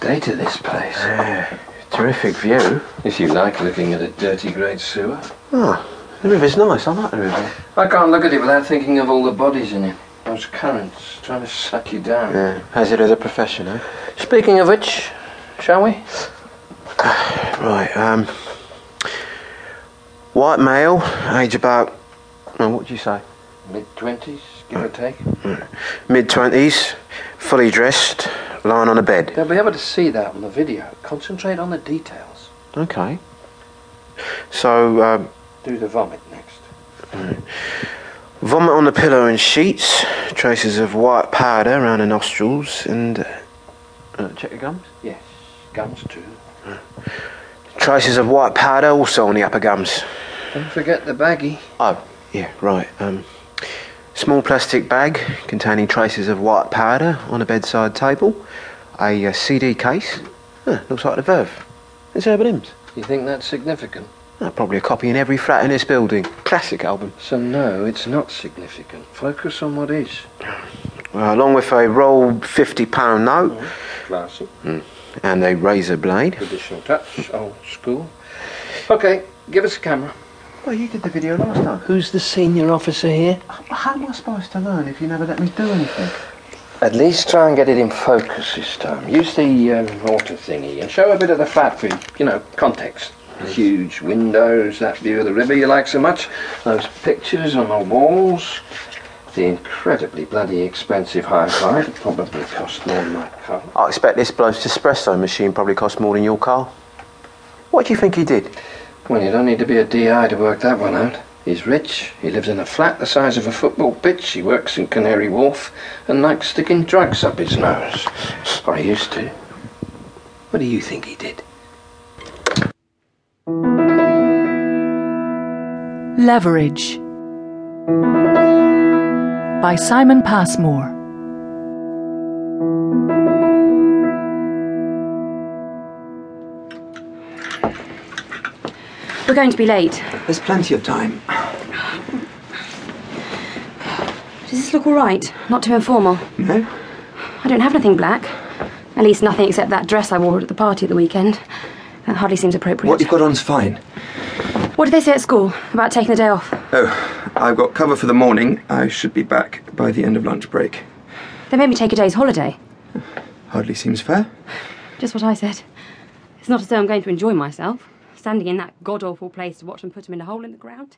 day to this place. Yeah, terrific view. If you like looking at a dirty great sewer. Ah, the river's nice. I like the river. I can't look at it without thinking of all the bodies in it. Those currents trying to suck you down. Yeah, has it as a profession, eh? Speaking of which, shall we? Right, um. White male, age about. Well, what do you say? Mid twenties, give or take. Mid 20s, fully dressed, lying on a bed. They'll be able to see that on the video. Concentrate on the details. Okay. So, um, Do the vomit next. vomit on the pillow and sheets, traces of white powder around the nostrils, and. Uh, check the gums? Yes, gums too. Traces of white powder also on the upper gums. Don't forget the baggie. Oh, yeah, right. Um, small plastic bag containing traces of white powder on a bedside table, a, uh CD case. Huh, looks like the Verve. It's Urban Hymns. You think that's significant? Oh, probably a copy in every flat in this building. Classic album. So no, it's not significant. Focus on what is. Uh, along with a rolled £50 note Classy. and a razor blade. Traditional touch. Old school. Okay, give us a camera. Well, you did the video last time. Who's the senior officer here? How am I supposed to learn if you never let me do anything? At least try and get it in focus this time. Use the um, water thingy and show a bit of the factory. You know, context. The huge windows, that view of the river you like so much, those pictures on the walls, the incredibly bloody expensive hi-fi that probably cost more than my car. I expect this bloke's espresso machine probably costs more than your car. What do you think he did? Well, you don't need to be a DI to work that one out. He's rich, he lives in a flat the size of a football pitch, he works in Canary Wharf, and likes sticking drugs up his nose. Or he used to. What do you think he did? Leverage by Simon Passmore. We're going to be late. There's plenty of time. Does this look all right? Not too informal. No? I don't have nothing black. At least nothing except that dress I wore at the party at the weekend. That hardly seems appropriate. What you've got on's fine. What did they say at school about taking the day off? Oh, I've got cover for the morning. I should be back by the end of lunch break. They made me take a day's holiday. Hardly seems fair. Just what I said. It's not as though I'm going to enjoy myself. Standing in that god awful place to watch them put him in a hole in the ground.